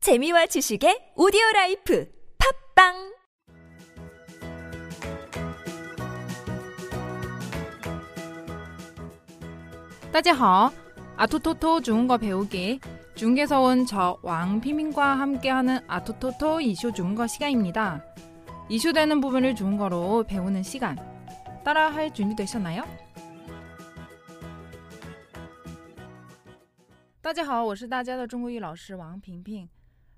재미와 지식의 오디오 라이프 팝빵 따지하 아토토토 중국어 배우기 중국에서 온 저 왕피민과 함께하는 아토토토 이슈 중국어 시간입니다. 이슈되는 부분을 중국어로 배우는 시간 따라할 준비되셨나요? 따지하 我是大家的中国语老师王平平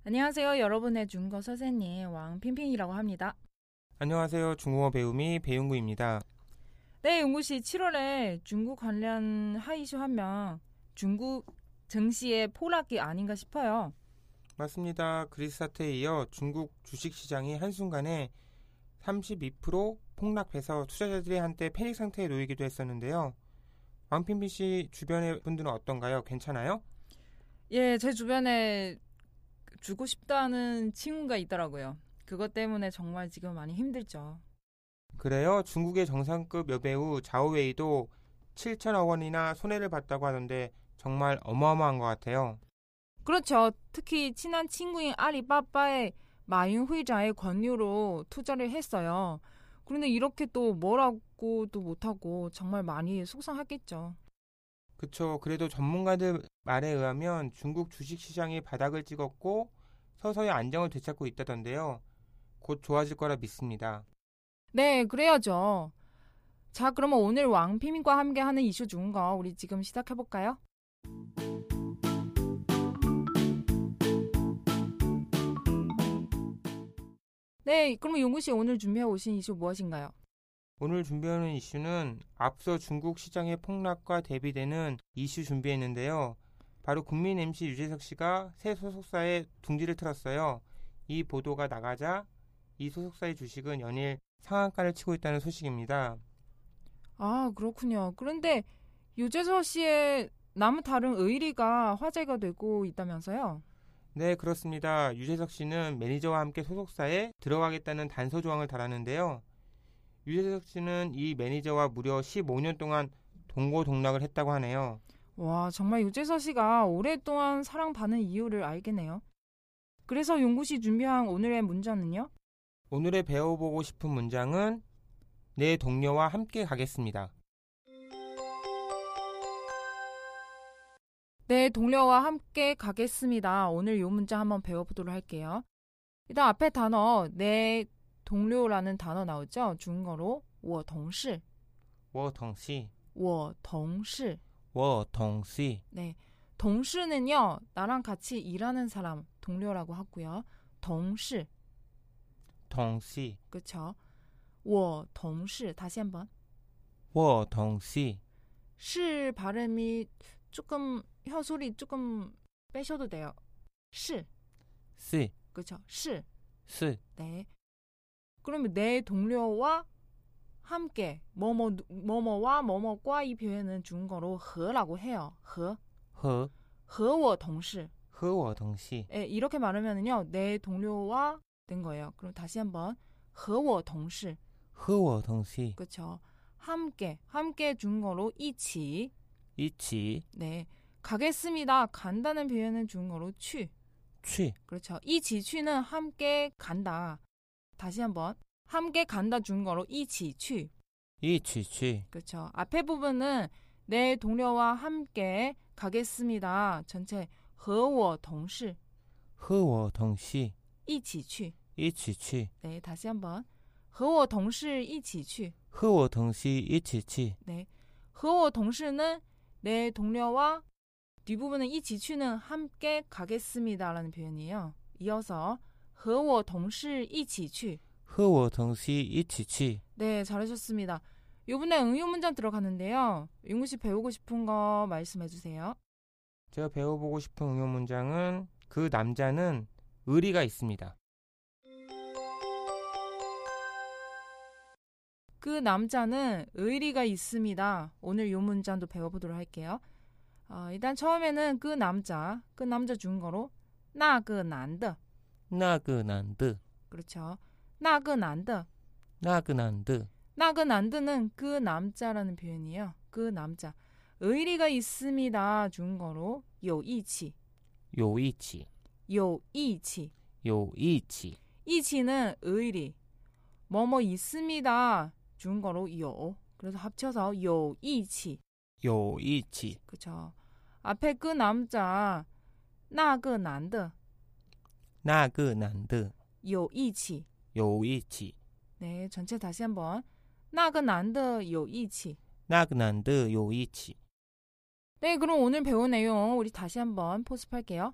안녕하세요 여러분의 중국어 선생님 왕핑핑이라고 합니다. 안녕하세요. 중국어 배움이 배용구입니다. 네, 용구 씨, 7월에 중국 관련 하이슈 하면 중국 증시의 폭락이 아닌가 싶어요. 맞습니다. 그리스 사태에 이어 중국 주식시장이 한순간에 32% 폭락해서 투자자들이 한때 패닉 상태에 놓이기도 했었는데요. 왕핀빈 씨 주변의 분들은 어떤가요? 괜찮아요? 예, 제 주변에 주고 싶다는 친구가 있더라고요. 그것 때문에 정말 지금 많이 힘들죠. 그래요. 중국의 정상급 여배우 자오웨이도 7천억 원이나 손해를 봤다고 하던데 정말 어마어마한 것 같아요. 그렇죠. 특히 친한 친구인 아리바바의 마윤 회장의 권유로 투자를 했어요. 그런데 이렇게 또 뭐라고도 못하고 정말 많이 속상하겠죠. 그쵸. 그래도 전문가들 말에 의하면 중국 주식시장이 바닥을 찍었고 서서히 안정을 되찾고 있다던데요. 곧 좋아질 거라 믿습니다. 네, 그래야죠. 자, 그러면 오늘 왕피민과 함께 하는 이슈 중거 우리 지금 시작해 볼까요? 네, 그럼 용구 씨 오늘 준비해 오신 이슈 무엇인가요? 오늘 준비하는 이슈는 앞서 중국 시장의 폭락과 대비되는 이슈 준비했는데요. 바로 국민 MC 유재석 씨가 새 소속사에 둥지를 틀었어요. 이 보도가 나가자 이 소속사의 주식은 연일 상한가를 치고 있다는 소식입니다. 아, 그렇군요. 그런데 유재석 씨의 나무 다른 의리가 화제가 되고 있다면서요? 네, 그렇습니다. 유재석 씨는 매니저와 함께 소속사에 들어가겠다는 단서 조항을 달았는데요. 유재석 씨는 이 매니저와 무려 15년 동안 동고동락을 했다고 하네요. 와, 정말 유재석 씨가 오랫동안 사랑받는 이유를 알겠네요. 그래서 용구 씨 준비한 오늘의 문제는요? 오늘의 배워보고 싶은 문장은 내 동료와 함께 가겠습니다. 네, 동료와 함께 가겠습니다. 오늘 요 문제 한번 배워보도록 할게요. 일단 앞에 단어 내 동료라는 단어 나오죠? 중국어로 我同事, 워통씨, 我同事. 워통씨. 네, 동시는요 나랑 같이 일하는 사람 동료라고 하고요. 동시, 동시, 그쵸? 我同事 다시 한번. 워통씨. 실 발음이 조금 혀 소리 조금 빼셔도 돼요. 실 스, 그렇죠. 실 스. 네. 그러면 내 동료와 함께 뭐뭐 누- 뭐뭐와 뭐뭐과 이 표현은 중국어로 和라고 해요. 和 허, 和我 동시. 허워통씨. 예, 이렇게 말하면은요. 내 동료와 된 거예요. 그럼 다시 한번 和我 동시. 허워통씨. 그렇죠. 함께 함께 중국어로 一起. 이치, 네. 가겠습니다. 간다는 표현은 중국어로 去. 취. 그렇죠. 이 지취는 함께 간다. 다시 한번 함께 간다 중거로 이 지취. 이치, 취. 그렇죠. 앞에 부분은 내 동료와 함께 가겠습니다. 전체 和我同事 허워통씨. 一起去. 이치, 취. 네, 다시 한번 和我同事一起去. 허워통씨, 이치, 취. 네. 和我同事는 내 동료와 뒷부분은 이 지취는 함께 가겠습니다라는 표현이에요. 이어서 和我同事一起去. 허워통씨, 이치, 취. 네, 잘하셨습니다. 요번에 응용 문장 들어가는데요. 용구 씨 배우고 싶은 거 말씀해 주세요. 제가 배워보고 싶은 응용 문장은 그 남자는 의리가 있습니다. 그 남자는 의리가 있습니다. 오늘 요 문장도 배워보도록 할게요. 어, 일단 처음에는 그 남자, 그 남자 중거로 나그 난드 나그난드, 그렇죠. 나그 난드 나그난드. 나그 난드는 그 남자라는 표현이에요. 그 남자 의리가 있습니다. 중거로 요이치 요이치, 有义气. 요이치. 이치는 의리. 뭐뭐 있습니다. 중국어로 요. 그래서 합쳐서 요이치. 요이치. 그쵸. 앞에 그 남자, 나그 난드, 나그난드. 요이치. 요이치. 네, 전체 다시 한번. 나그 난드 요이치. 나그난드 요이치. 네, 그럼 오늘 배운 내용 우리 다시 한번 포습할게요.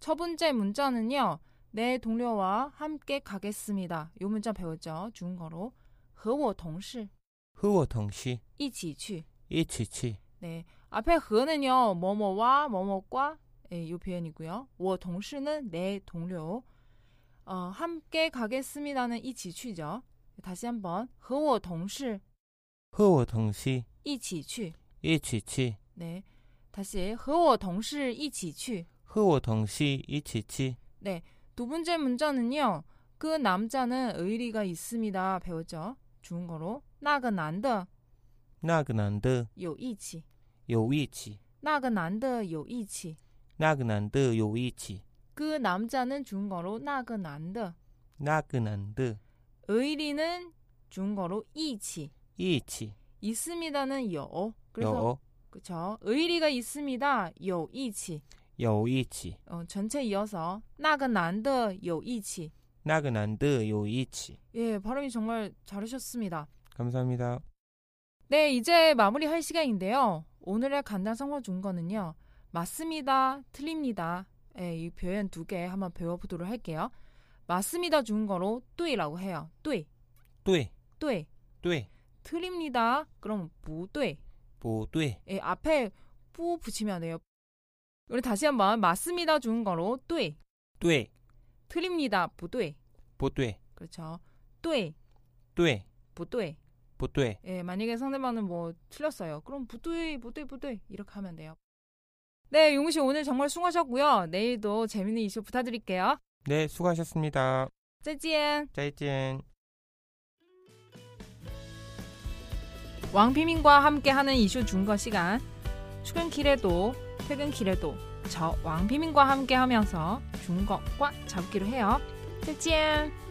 첫 번째 문자는요. 내 동료와 함께 가겠습니다. 요 문자 배웠죠? 중국어로. 和我同事 흐워텅시. 一起去. 이치치. 네. 앞에 和는요. 뭐뭐와 뭐뭐과 예, 요 표현이고요. 我同事는내 동료. 어, 함께 가겠습니다는 一起去죠. 다시 한번 和我同事 흐워텅시. 一起去. 이치치. 네. 다시 和我同事一起去. 흐워텅시. 이치치. 네. 두 번째 문자는요. 그 남자는 의리가 있습니다. 배웠죠? 중국어로 那个男的 나그난드 有义气. 요이치. 那个男的有义气. 나그난드 요이치. 그 남자는 중국어로 那个男的 나그난드 의리는 중국어로 이치, 이치. 있습니다는 여. 그래서 요. 그쵸. 의리가 있습니다. 요 이치. 요이치. 어, 전체 이어서 나가 난더 요 이치. 나그난드 요이치. 예, 발음이 정말 잘하셨습니다. 감사합니다. 네, 이제 마무리할 시간인데요. 오늘의 간단 성어 중거는요. 맞습니다, 틀립니다. 예, 이 표현 두 개 한번 배워보도록 할게요. 맞습니다 중거로 뚜이라고 해요. 뚜이, 뚜에. 뚜이. 뚜에. 틀립니다. 그럼 부뚜이. 보뚜에. 예, 앞에 뿌 붙이면 안 돼요. 우리 다시 한번 맞습니다 주는 거로 对, 뚜에. 틀립니다 不对. 보뚜에. 그렇죠. 对, 뚜에. 不对. 보뚜에. 예, 만약에 상대방은 뭐 틀렸어요. 그럼 不对,不对,不对 이렇게 하면 돼요. 네, 용우 씨 오늘 정말 수고하셨고요. 내일도 재밌는 이슈 부탁드릴게요. 네, 수고하셨습니다. 再见. 짜이젠. 왕피민과 함께하는 이슈 준거 시간. 출근길에도 퇴근길에도 저 왕피민과 함께하면서 준거꽉 잡기로 해요. 再见.